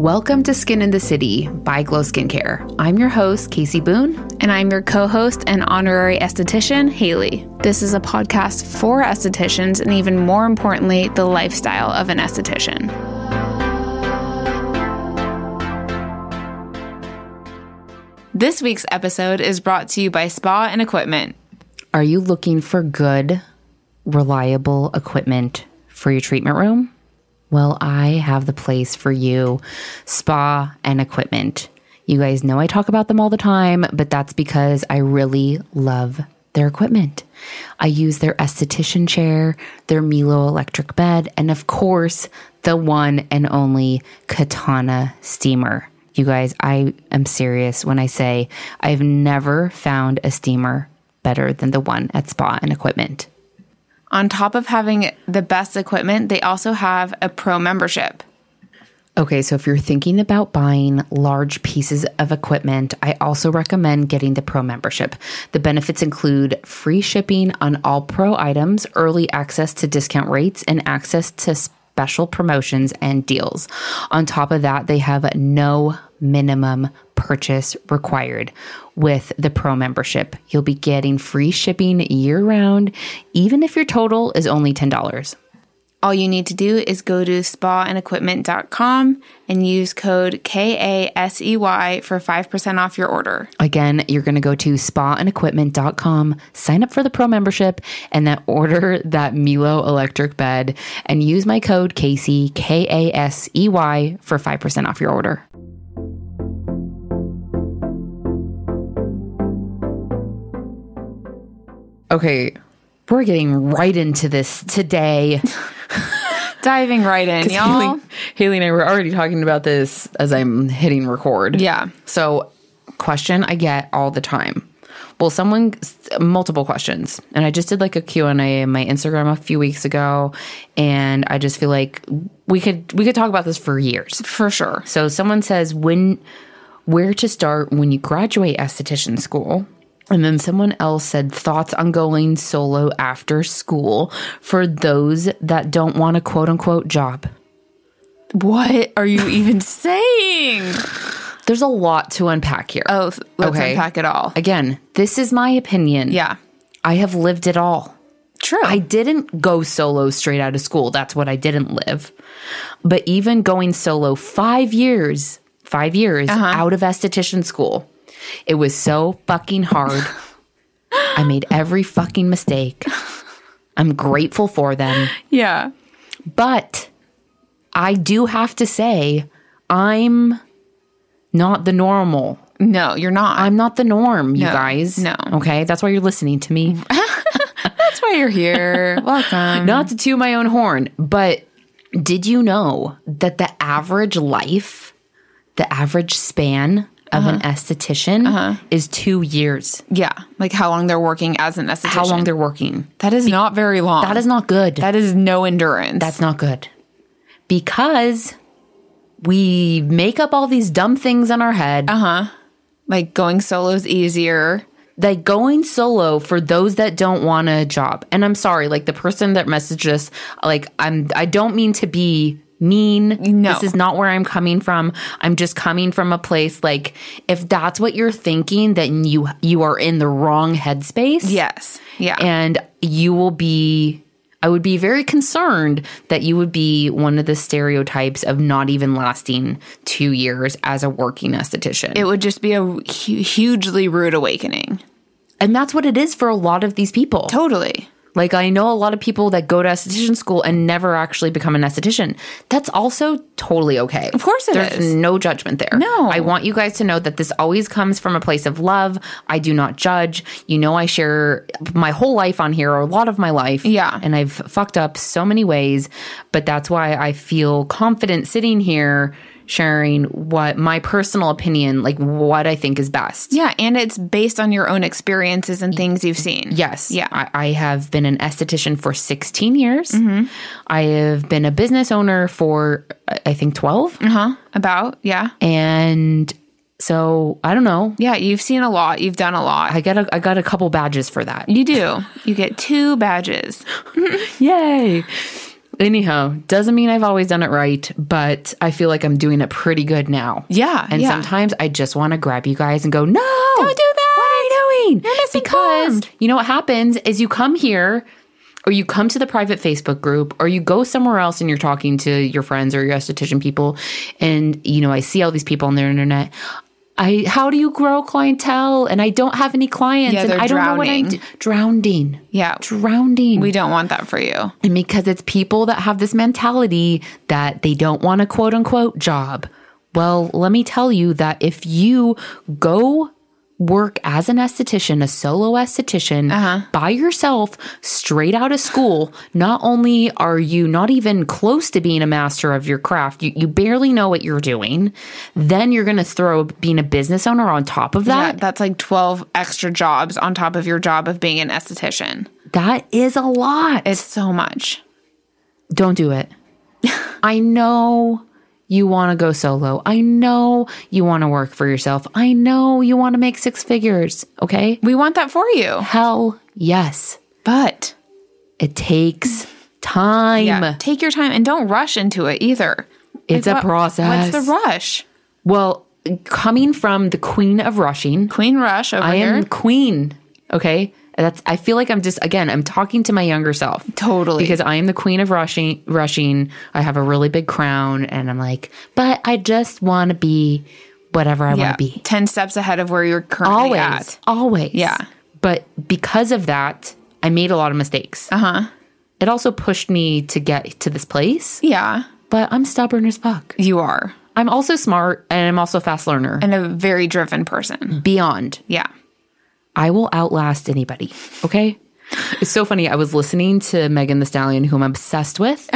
Welcome to Skin in the City by Glow Skincare. I'm your host, Casey Boone. And I'm your co host and honorary esthetician, Haley. This is a podcast for estheticians and, even more importantly, the lifestyle of an esthetician. This week's episode is brought to you by Spa and Equipment. Are you looking for good, reliable equipment for your treatment room? Well, I have the place for you spa and equipment. You guys know I talk about them all the time, but that's because I really love their equipment. I use their esthetician chair, their Milo electric bed, and of course, the one and only Katana steamer. You guys, I am serious when I say I've never found a steamer better than the one at Spa and Equipment. On top of having the best equipment, they also have a pro membership. Okay, so if you're thinking about buying large pieces of equipment, I also recommend getting the pro membership. The benefits include free shipping on all pro items, early access to discount rates, and access to special promotions and deals. On top of that, they have no minimum purchase required with the pro membership. You'll be getting free shipping year round, even if your total is only $10. All you need to do is go to spaandequipment.com and use code KASEY E for 5% off your order. Again, you're going to go to spaandequipment.com, sign up for the pro membership, and then order that Milo electric bed and use my code Casey, K A S E Y, for 5% off your order. Okay, we're getting right into this today. Diving right in, y'all. Haley, Haley and I were already talking about this as I'm hitting record. Yeah. So, question I get all the time. Well, someone multiple questions, and I just did like a Q and A in my Instagram a few weeks ago, and I just feel like we could we could talk about this for years. For sure. So someone says when where to start when you graduate esthetician school. And then someone else said thoughts on going solo after school for those that don't want a quote unquote job. What are you even saying? There's a lot to unpack here. Oh, th- let's Okay. unpack it all. Again, this is my opinion. Yeah. I have lived it all. True. I didn't go solo straight out of school. That's what I didn't live. But even going solo five years, five years Uh-huh. out of esthetician school, it was so fucking hard. I made every fucking mistake. I'm grateful for them. yeah. But I do have to say, I'm not the normal. No, you're not. I'm not the norm, you No, guys. no. Okay. That's why you're listening to me. That's why you're here. Welcome. Not to toot my own horn, but did you know that the average life, the average span of an Uh-huh. esthetician is two years? Yeah. Like how long they're working as an esthetician. How long they're working. That is not very long. That is not good. that is no endurance. That's not good. Because we make up all these dumb things in our head. like going solo is easier. like going solo for those that don't want a job. And I'm sorry, like the person that messaged us, like I'm I don't mean to be mean. No. This is not where I'm coming from. I'm just coming from a place like if that's what you're thinking, then you you are in the wrong headspace. Yes. Yeah. And you will be I would be very concerned that you would be one of the stereotypes of not even lasting two years as a working esthetician. it would just be a hu- hugely rude awakening. and that's what it is for a lot of these people. Totally. Like I know a lot of people that go to esthetician school and never actually become an esthetician. That's also totally okay. Of course it it is. There's is. no judgment there. No. I want you guys to know that this always comes from a place of love. I do not judge. You know I share my whole life on here or a lot of my life. Yeah. And I've fucked up so many ways, but that's why I feel confident sitting here sharing what my personal opinion, like what I think is best. Yeah, and it's based on your own experiences and things you've seen. Yes. Yeah. I, I have been an esthetician for 16 years. I have been a business owner for, I I think, 12. Uh-huh. About, yeah. And so I don't know. Yeah, you've seen a lot, you've done a lot. I got a, I got a couple badges for that. you do. You get two badges. Yay. Anyhow, doesn't mean I've always done it right, but I feel like I'm doing it pretty good now. Yeah, And yeah. sometimes I just want to grab you guys and go, no, don't do that. What are you doing? You're because misinformed." you know what happens is you come here or you come to the private Facebook group or you go somewhere else and you're talking to your friends or your esthetician people. And, you know, I see all these people on the internet. I, how do you grow clientele? And I don't have any clients. Yeah, and they're I don't know what I drowning. do. Drowning. Yeah. Drowning. We don't want that for you. And because it's people that have this mentality that they don't want a quote unquote job. Well, let me tell you that if you go work as an esthetician, a solo esthetician by yourself, straight out of school, not only are you not even close to being a master of your craft, you, you barely know what you're doing, then you're going to throw being a business owner on top of that. That, that's like 12 extra jobs on top of your job of being an esthetician. That is a lot. It's so much. don't do it. I know you want to go solo. I know you want to work for yourself. I know you want to make six figures. Okay. We want that for you. Hell yes. But It takes time. yeah, take your time and don't rush into it either. It's a what- process. What's the rush? Well, coming from the queen of rushing, Queen Rush over I here. am queen. Okay. That's, I feel like I'm just, again, I'm talking to my younger self. Totally. Because I am the queen of rushing, rushing. I have a really big crown and I'm like, but I just want to be whatever I yeah, want to be. 10 steps ahead of where you're currently always at. always Yeah. but because of that i made a lot of mistakes uh-huh it also pushed me to get to this place Yeah, but i'm stubborn as fuck you are. i'm also smart and i'm also a fast learner And a very driven Mm. person. beyond Yeah. i will outlast anybody okay it's so funny i was listening to megan the stallion whom i'm obsessed with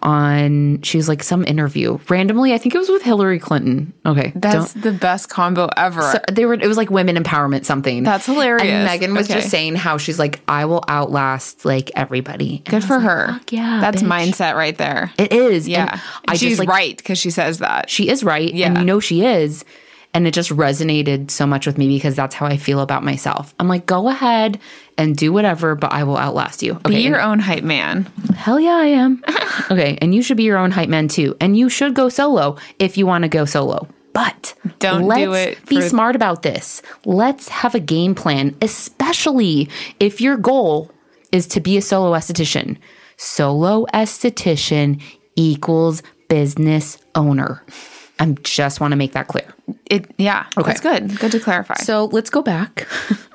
on she was like some interview randomly i think it was with hillary clinton okay That's the best combo ever. So they were it was like women empowerment something. That's hilarious. And Megan was Okay. just saying how she's like, I will outlast like everybody. And Good for her. "Fuck yeah, That's bitch." mindset right there. it is. And yeah. I She's just like right because she says that. she is right. And Yeah. you know she is. And it just resonated so much with me because that's how I feel about myself. I'm like, go ahead and do whatever, but I will outlast you. Be Okay. your own hype man. Hell yeah, I am. okay. And you should be your own hype man too. And you should go solo if you want to go solo. But Don't do let's it be for- smart about this. Let's have a game plan, especially if your goal is to be a solo esthetician. Solo esthetician equals business owner. I just want to make that clear. It yeah. That's good. Good to clarify. So let's go back.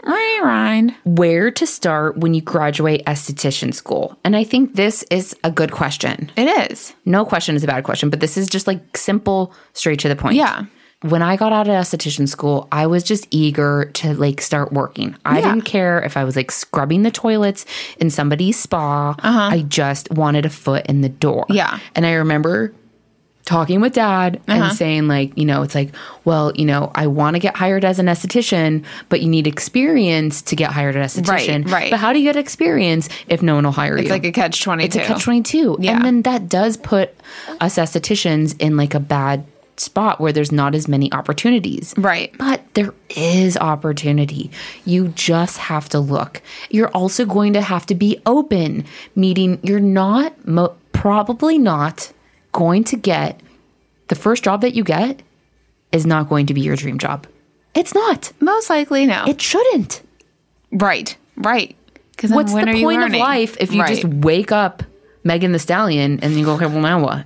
Rewind. Where to start when you graduate esthetician school? And I think this is a good question. It is. No question is a bad question, but this is just like simple, straight to the point. Yeah. When I got out of esthetician school, I was just eager to like start working. I Yeah. didn't care if I was like scrubbing the toilets in somebody's spa. I just wanted a foot in the door. Uh-huh. Yeah. Uh-huh. And I remember talking with dad and saying like you know it's like well you know i want to get hired as an esthetician but you need experience to get hired as an Right, esthetician right. but how do you get experience if no one will hire you It's like a catch twenty two. it's a catch 22 Yeah. and then that does put us estheticians in like a bad spot where there's not as many opportunities Right. but there is opportunity you just have to look you're also going to have to be open meaning you're not mo- probably not going to get the first job that you get is not going to be your dream job it's not Most likely no. it shouldn't right. Right. Because what's when the are you point of learning? life if you Right. just wake up Megan the Stallion and you go, okay, well, now what?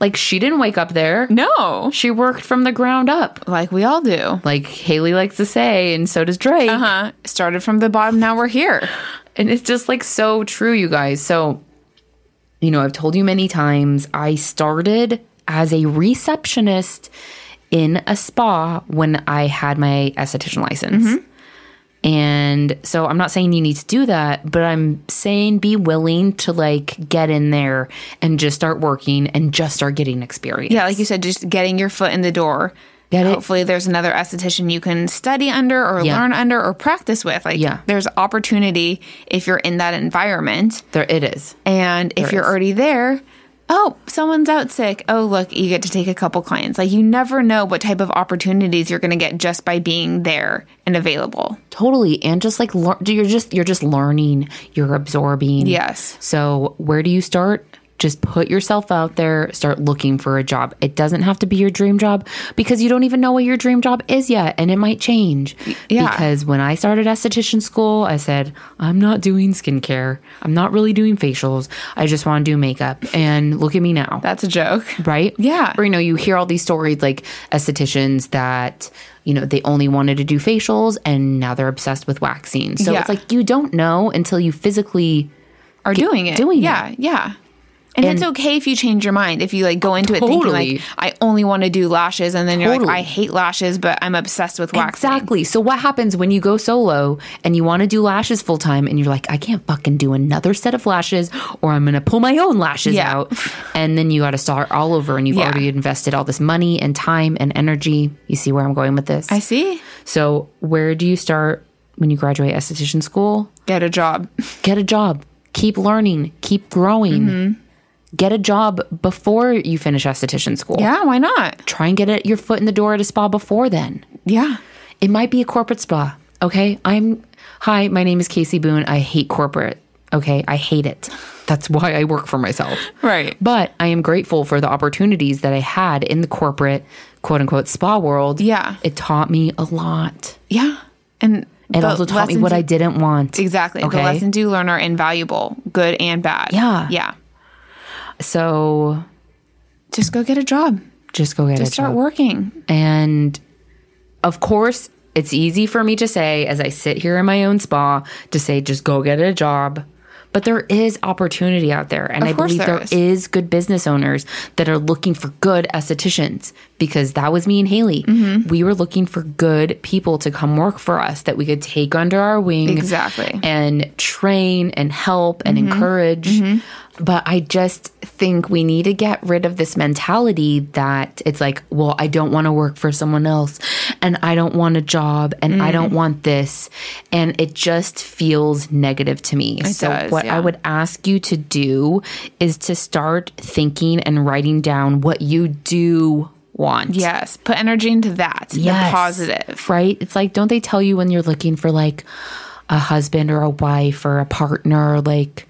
Like, she didn't wake up there. No. She worked from the ground up, Like we all do. Uh, like Haley likes to say, and so does Drake. Uh-huh. Started from the bottom, now we're here. And it's just like so true, you guys. So, you know, I've told you many times, I started as a receptionist in a spa when I had my esthetician license. And so I'm not saying you need to do that, but I'm saying be willing to like get in there and just start working and just start getting experience. Yeah, like you said, just getting your foot in the door. Get it? Hopefully, there's another esthetician you can study under, or Yeah. learn under, or practice with. Like, Yeah. there's opportunity if you're in that environment, There it is. and if you're is. already there. Oh, someone's out sick. Oh, look, you get to take a couple clients. Like, you never know what type of opportunities you're going to get just by being there and available. Totally. And just like lear- you're just you're just learning, you're absorbing. Yes. So, where do you start? Just put yourself out there, start looking for a job. It doesn't have to be your dream job because you don't even know what your dream job is yet and it might change. yeah. Because when I started esthetician school, I said, I'm not doing skincare. I'm not really doing facials. I just want to do makeup. And look at me now That's a joke. right? Yeah. Or, you know, you hear all these stories like estheticians that, you know, they only wanted to do facials and now they're obsessed with waxing. So Yeah. it's like you don't know until you physically Are doing it. doing yeah, yeah. And, it's okay if you change your mind. If you like go into it Totally. thinking like I only want to do lashes, and then you're like Totally. I hate lashes, but I'm obsessed with waxing. Exactly. So what happens when you go solo and you want to do lashes full time and you're like, I can't fucking do another set of lashes or I'm gonna pull my own lashes Yeah. out. And then you gotta start all over and you've Yeah. already invested all this money and time and energy. You see where I'm going with this? I see. so where do you start when you graduate esthetician school? Get a job. get a job keep learning keep growing Mm-hmm. get a job before you finish esthetician school Yeah, why not? try and get it, your foot in the door at a spa before then Yeah, it might be a corporate spa okay i'm hi my name is casey boone i hate corporate okay i hate it that's why i work for myself right. but i am grateful for the opportunities that i had in the corporate quote unquote spa world Yeah. it taught me a lot Yeah, and it the also taught me what i lessons- didn't want exactly. okay The lessons you learn are invaluable, good and bad. Yeah. yeah. so Just go get a job. just go get it. a Just start job. working. And of course, it's easy for me to say as I sit here in my own spa to say, just go get a job. But there is opportunity out there. And Of I course believe there there is. is. good business owners that are looking for good estheticians because that was me and Haley. Mm-hmm. We were looking for good people to come work for us that we could take under our wing Exactly. and train and help and Mm-hmm. encourage. But I just think we need to get rid of this mentality that it's like, well, I don't want to work for someone else and I don't want a job and I Mm. don't want this. And it just feels negative to me. so, does, what yeah. I would ask you to do is to start thinking and writing down what you do want. Yes, put energy into that. Yes. The positive. Right? It's like, don't they tell you when you're looking for like a husband or a wife or a partner, like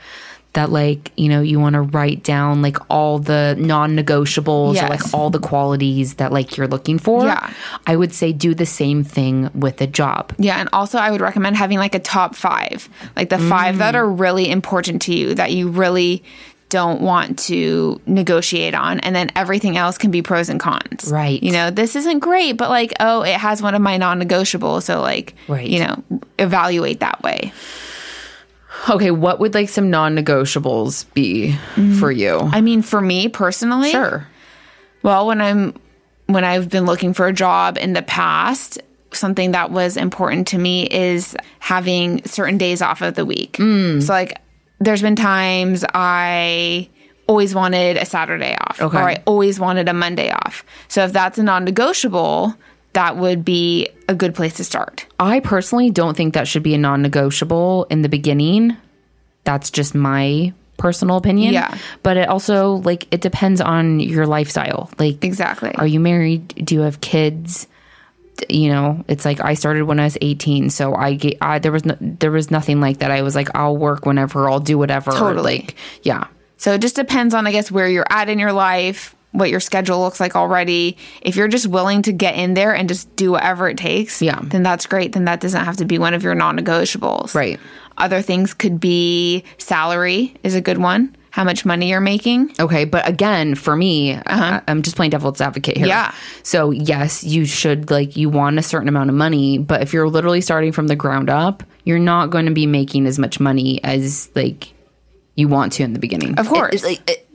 that, like, you know, you want to write down like all the non negotiables or Yes. like all the qualities that like you're looking for? Yeah. I would say do the same thing with a job. Yeah, and also I would recommend having like a top five, like the five that Mm. are really important to you that you really don't want to negotiate on, and then everything else can be pros and cons. Right. You know, this isn't great, but like, oh, it has one of my non-negotiables, so like, Right. you know, evaluate that way. Okay. What would like some non negotiables be for you? Mm. I mean, for me personally, Sure. Well, when I'm when I've been looking for a job in the past, something that was important to me is having certain days off of the week. Mm. So like there's been times I always wanted a Saturday off Okay. or I always wanted a Monday off. So if that's a non-negotiable, that would be a good place to start. I personally don't think that should be a non negotiable in the beginning. That's just my personal opinion. Yeah. But it also, like, it depends on your lifestyle. Like, Exactly. Are you married? Do you have kids? D- You know, it's like I started when I was 18. So I, ga- I there was no, there was nothing like that. I was like, I'll work whenever, I'll do whatever. Totally. Like, yeah. So it just depends on, I guess, where you're at in your life, what your schedule looks like already. If you're just willing to get in there and just do whatever it takes, Yeah. then that's great. Then that doesn't have to be one of your non negotiables. Right. Other things could be salary is a good one. how much money you're making. Okay, but again, for me, I, I'm just playing devil's advocate here. Uh-huh. Yeah. So yes, you should like you want a certain amount of money, but if you're literally starting from the ground up, you're not going to be making as much money as like you want to in the beginning. Of course. It- it- it-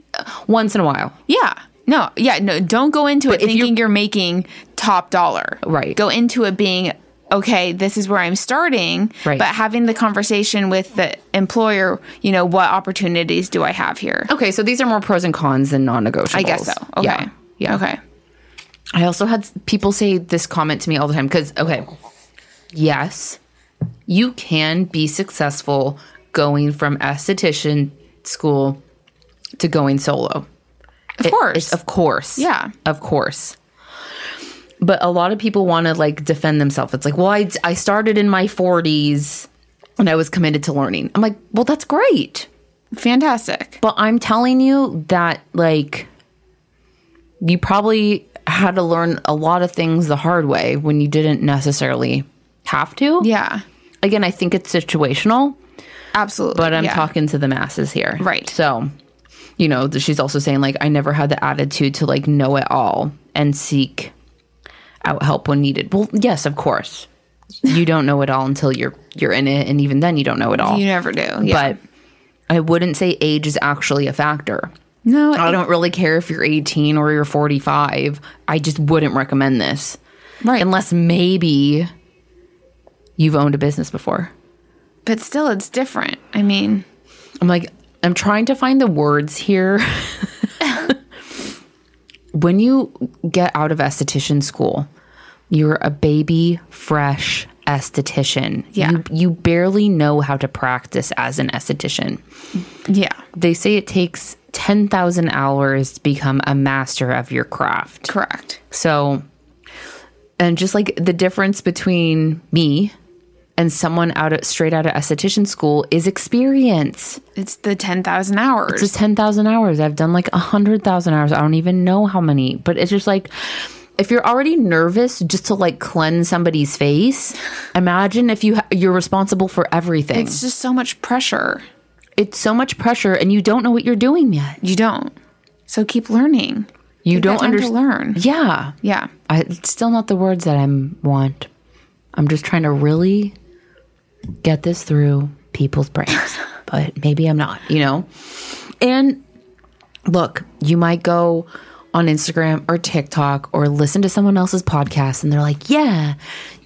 once in a while. Yeah. No, yeah, no, don't go into it if you're- thinking you're, making top dollar. Right. Go into it being, okay, this is where I'm starting. Right. But having the conversation with the employer, you know, what opportunities do I have here? Okay, so these are more pros and cons than non-negotiables. I guess so. Okay. Yeah. yeah. Okay. I also had s- people say this comment to me all the time because, okay, yes, you can be successful going from esthetician school to going solo. Of course. Of course. Yeah. Of course. But a lot of people want to like defend themselves. It's like, well, I, I started in my 40s and I was committed to learning. I'm like, well, that's great. Fantastic. But I'm telling you that, like, you probably had to learn a lot of things the hard way when you didn't necessarily have to. Yeah. Again, I think it's situational, Absolutely. but I'm yeah. talking to the masses here. Right. So, you know, th- she's also saying, like, I never had the attitude to, like, know it all and seek out help when needed. Well, yes, of course. You don't know it all until you're you're in it, and even then, you don't know it all. You never do. Yeah. But I wouldn't say age is actually a factor. no, I don't really care if you're 18 or you're 45. I just wouldn't recommend this. Right. Unless maybe you've owned a business before. but still it's different. I mean, I'm like, I'm trying to find the words here. when you get out of esthetician school, you're a baby, fresh esthetician. Yeah. You, you barely know how to practice as an esthetician. yeah. They say it takes 10,000 hours to become a master of your craft. Correct. So, and just like the difference between me and someone out of straight out of esthetician school is experience. It's the 10,000 hours. It's ten thousand hours. I've done like hundred thousand hours. I don't even know how many, but it's just like if you're already nervous just to like cleanse somebody's face, imagine if you ha- you're responsible for everything. it's just so much pressure. it's so much pressure, and you don't know what you're doing yet. You don't. So keep learning. You Take that don't time to understand. learn. Yeah, Yeah. I, it's still not the words that I am want. I'm just trying to really get this through people's brains, but maybe I'm not, you know? And look, you might go on Instagram or TikTok or listen to someone else's podcast and they're like, yeah,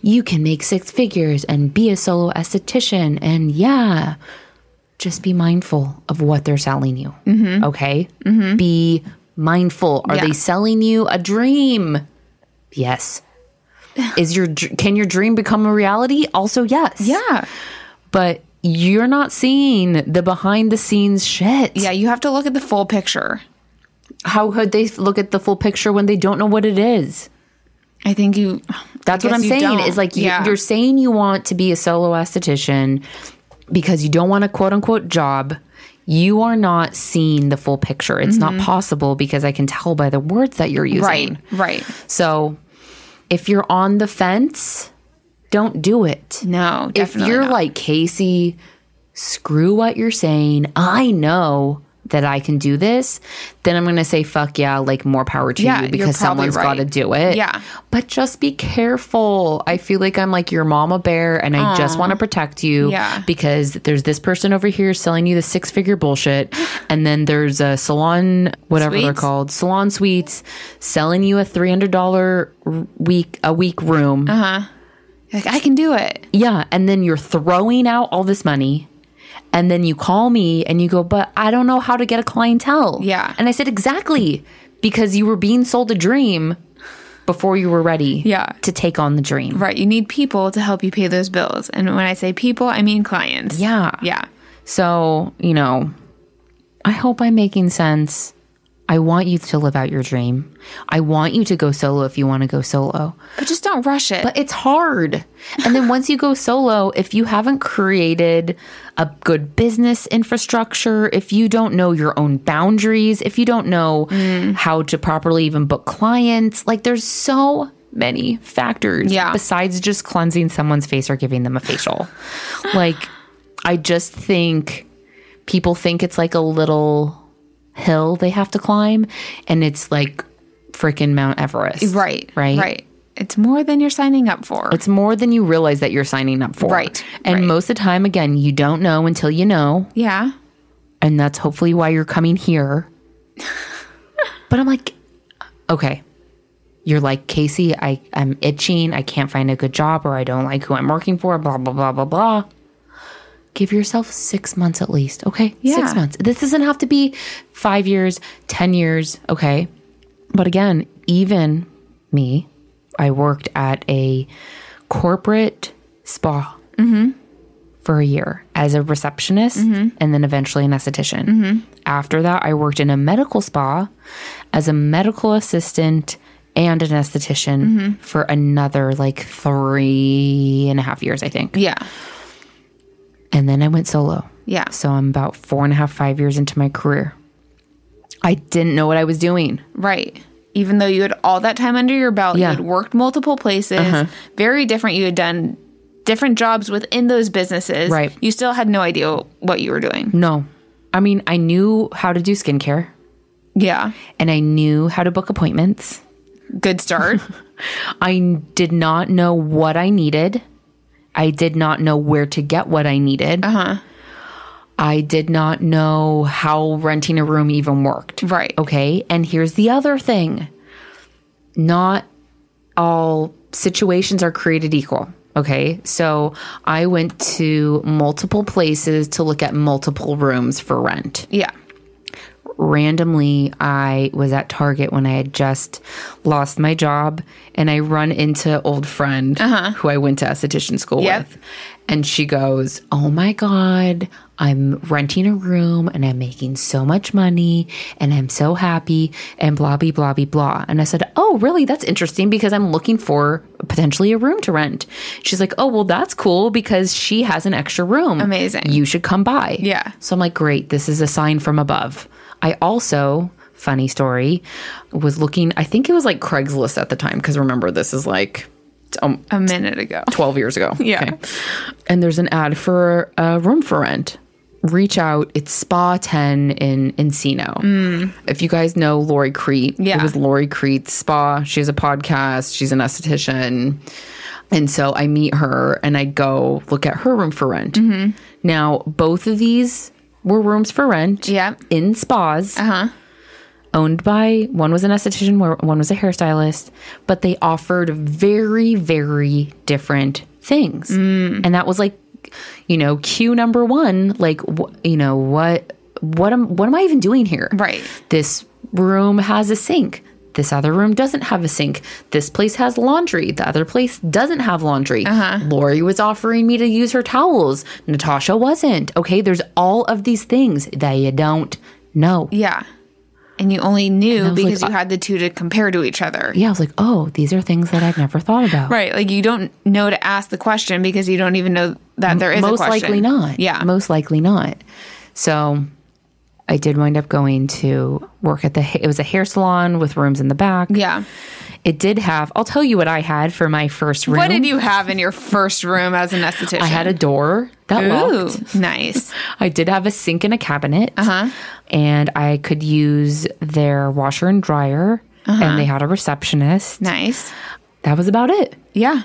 you can make six figures and be a solo esthetician. And yeah, just be mindful of what they're selling you. Okay? Be mindful. Are Yeah. they selling you a dream? Yes. Is your dr- can your dream become a reality? Also, yes. Yeah. But you're not seeing the behind the scenes shit. Yeah. You have to look at the full picture. How could they look at the full picture when they don't know what it is? I think you. That's I what I'm guess you saying. don't. Is like you, Yeah. you're saying you want to be a solo esthetician because you don't want a quote unquote job. You are not seeing the full picture. It's not possible because I can tell by the words that you're using. Mm-hmm. Right. Right. So if you're on the fence, don't do it. No. if Definitely. you're not. like Casey, screw what you're saying. I know that I can do this. Then I'm going to say fuck yeah, like more power to Yeah, you you're because probably someone's right. got to do it. Yeah. But just be careful. I feel like I'm like your mama bear and I just want to protect you Yeah. because there's this person over here selling you the six-figure bullshit and then there's a salon whatever they're Suites? called, salon suites selling you a $300 r- week a week Uh-huh. room. Like, I can do it. Yeah. And then you're throwing out all this money. And then you call me and you go, but I don't know how to get a clientele. Yeah. And I said, exactly. Because you were being sold a dream before you were ready Yeah. to take on the dream. Right. You need people to help you pay those bills. And when I say people, I mean clients. Yeah. Yeah. So, you know, I hope I'm making sense. I want you to live out your dream. I want you to go solo if you want to go solo. But just don't rush it. But it's hard. And then once you go solo, if you haven't created a good business infrastructure, if you don't know your own boundaries, if you don't know Mm. how to properly even book clients, like there's so many factors Yeah. besides just cleansing someone's face or giving them a facial. like I just think people think it's like a little hill they have to climb, and it's like freaking Mount Everest. Right. Right. Right. It's more than you're signing up for. It's more than you realize that you're signing up for. Right, And most of the time, again, you don't know until you know. yeah. And that's hopefully why you're coming here. but I'm like, okay. You're like, Casey, I, I'm itching. I can't find a good job or I don't like who I'm working for, blah, blah, blah, blah, blah. Give yourself six months at least. Okay. Yeah. Six months. This doesn't have to be five years, 10 years. Okay. But again, even me, I worked at a corporate spa for a year as a receptionist Mm-hmm. and then eventually an esthetician. After that, I worked in a medical spa as a medical assistant and an esthetician Mm-hmm. for another like three and a half years, I think. Yeah. And then I went solo. Yeah. So I'm about four and a half, five years into my career. I didn't know what I was doing. Right. Even though you had all that time under your belt, Yeah. Uh-huh. you had worked multiple places, very different. You had done different jobs within those businesses. Right. You still had no idea what you were doing. No. I mean, I knew how to do skincare Yeah. and I knew how to book appointments. Good start. I did not know what I needed. I did not know where to get what I needed. Uh-huh. I did not know how renting a room even worked. Right. Okay. And here's the other thing. Not all situations are created equal. Okay. So I went to multiple places to look at multiple rooms for rent yeah. randomly I was at Target when I had just lost my job and I run into old friend who I went to esthetician school Uh-huh. Yep. with and she goes, "Oh my god, I'm renting a room and I'm making so much money and I'm so happy and blah blah blah blah blah." And I said, "Oh, really? That's interesting because I'm looking for potentially a room to rent." She's like, "Oh, well that's cool because she has an extra room. Amazing. You should come by." Yeah. So I'm like, great, this is a sign from above. I also, funny story, was looking, I think it was like Craigslist at the time, because remember, this is like it's, um, A minute ago. 12 years ago. Yeah. And there's an ad for a room for rent. Reach out. It's Spa 10 in Encino. If you guys know Lori Crete, it Mm. Yeah. was Lori Crete's spa. She has a podcast, she's an esthetician. And so I meet her and I go look at her room for rent. Mm-hmm. Now, both of these were rooms for rent Yeah. Uh-huh. in spas owned by one was an esthetician, where- one was a hairstylist, but they offered very, very different things. And that was like, you know, cue number one, like, wh- you know, what, what am, what am I even doing here? Right. This room has a sink. This other room doesn't have a sink. This place has laundry. The other place doesn't have laundry. Lori was offering me to use her towels. Natasha wasn't. Okay, there's all of these things that you don't know. Yeah. And you only knew was like, uh because you had the two to compare to each other. yeah, I was like, oh, these are things that I've never thought about. Right. Like you don't know to ask the question because you don't even know that there is a Most question. likely not. Yeah. Most likely not. So I did wind up going to work at the, ha- it was a hair salon with rooms in the back. yeah. It did have, I'll tell you what I had for my first room. What did you have in your first room as an esthetician? I had a door that Ooh, locked. nice. I did have a sink and a cabinet. Uh-huh. And I could use their washer and dryer. Uh-huh. And they had a receptionist. Nice. That was about it. Yeah.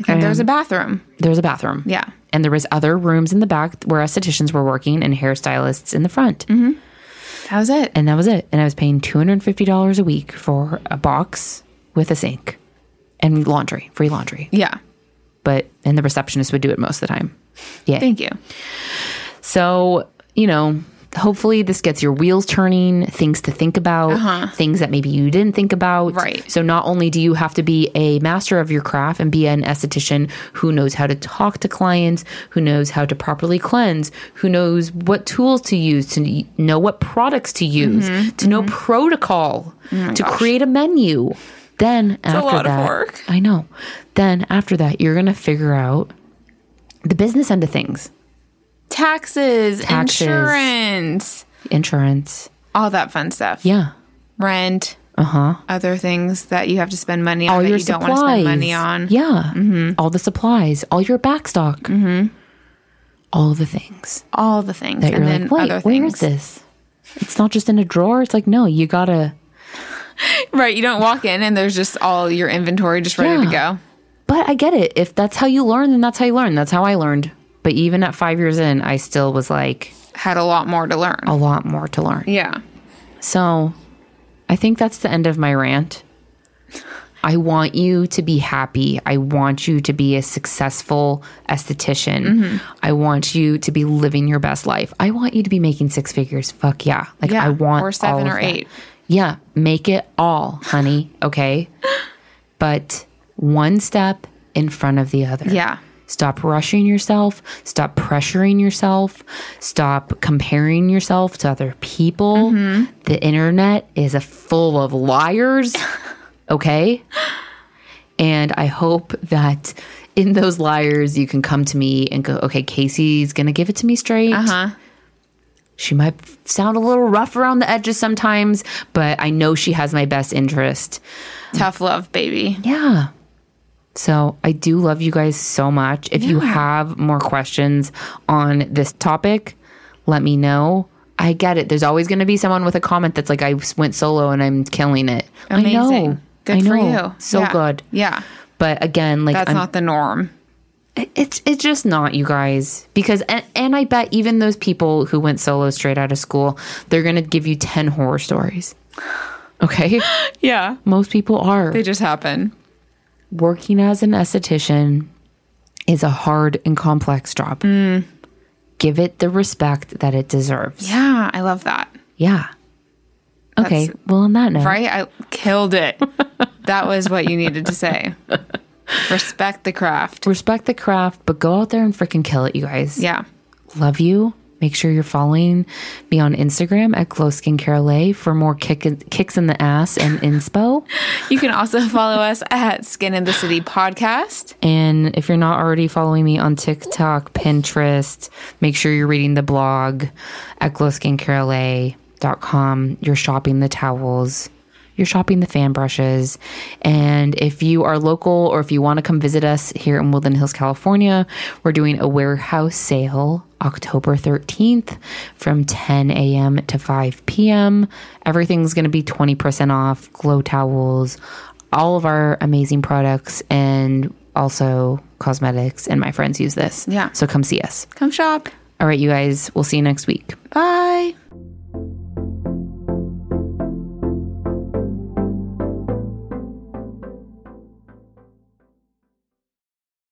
I think there's a bathroom. There was a bathroom. Yeah. And there was other rooms in the back where estheticians were working and hairstylists in the front. Mm-hmm. That was it. And that was it. And I was paying $250 a week for a box with a sink and laundry, free laundry. yeah. But, and the receptionist would do it most of the time. Yeah. Thank you. So, you know, hopefully this gets your wheels turning, things to think about, things that maybe you didn't think about. Uh-huh. Right. So, not only do you have to be a master of your craft and be an esthetician who knows how to talk to clients, who knows how to properly cleanse, who knows what tools to use, to y- know what products to use, Mm-hmm. to know protocol, Oh to create a menu. Then after lot of that, work. I know. Then after that, you're going to figure out the business end of things, Taxes, Taxes. insurance, insurance. all that fun stuff. Yeah. Rent, Uh huh. other things that you have to spend money on All that your you supplies. don't want to spend money on. Mm-hmm. Yeah. All the supplies. All your back stock. Mm-hmm. All the things All the things. that and you're then like, wait, other where is things. this? It's not just in a drawer. It's like, no, you gotta. Right. You don't walk in and there's just all your inventory just ready to go. But I get it. If that's how you learn, then that's how you learn. That's how I learned. But even at five years in, I still was like Had a lot more to learn. a lot more to learn. Yeah. So I think that's the end of my rant. I want you to be happy. I want you to be a successful esthetician. Mm-hmm. I want you to be living your best life. I want you to be making six figures. Fuck yeah. Like Yeah, I want or seven all of or that. eight. Yeah, make it all, honey, okay? but one step in front of the other. Yeah. Stop rushing yourself. Stop pressuring yourself. Stop comparing yourself to other people. Mm-hmm. The internet is a full of liars. Okay. And I hope that in those liars, you can come to me and go, okay, Casey's going to give it to me straight. Uh-huh. She might sound a little rough around the edges sometimes, but I know she has my best interest. Tough love, baby. Yeah. So I do love you guys so much. If you have more questions on this topic, let me know. I get it. There's always going to be someone with a comment that's like, I went solo and I'm killing it. Amazing. I know. Good I for know. you. So Yeah. good. Yeah. But again, like, That's I'm, not the norm. it's it's just not you guys because and, and I bet even those people who went solo straight out of school they're gonna give you ten horror stories. Okay, Yeah. most people are They just happen. working as an esthetician is a hard and complex job. Mm. Give it the respect that it deserves. Yeah. I love that. Yeah. Okay. That's- well, on that note, Right? I killed it. that was what you needed to say. Respect the craft. respect the craft, but go out there and freaking kill it, you guys. Yeah. love you. Make sure you're following me on Instagram at Glow Skincare Lay for more kick, kicks in the ass and inspo. You can also follow us at Skin in the City Podcast. And if you're not already following me on TikTok, Pinterest, make sure you're reading the blog at glowskincarela.com. You're shopping the towels, you're shopping the fan brushes. And if you are local or if you want to come visit us here in Woodland Hills, California, we're doing a warehouse sale October 13th from 10 a.m. to 5 p.m. Everything's going to be 20% off glow towels, all of our amazing products and also cosmetics and my friends use this. Yeah. So come see us. Come shop. All right, you guys, we'll see you next week.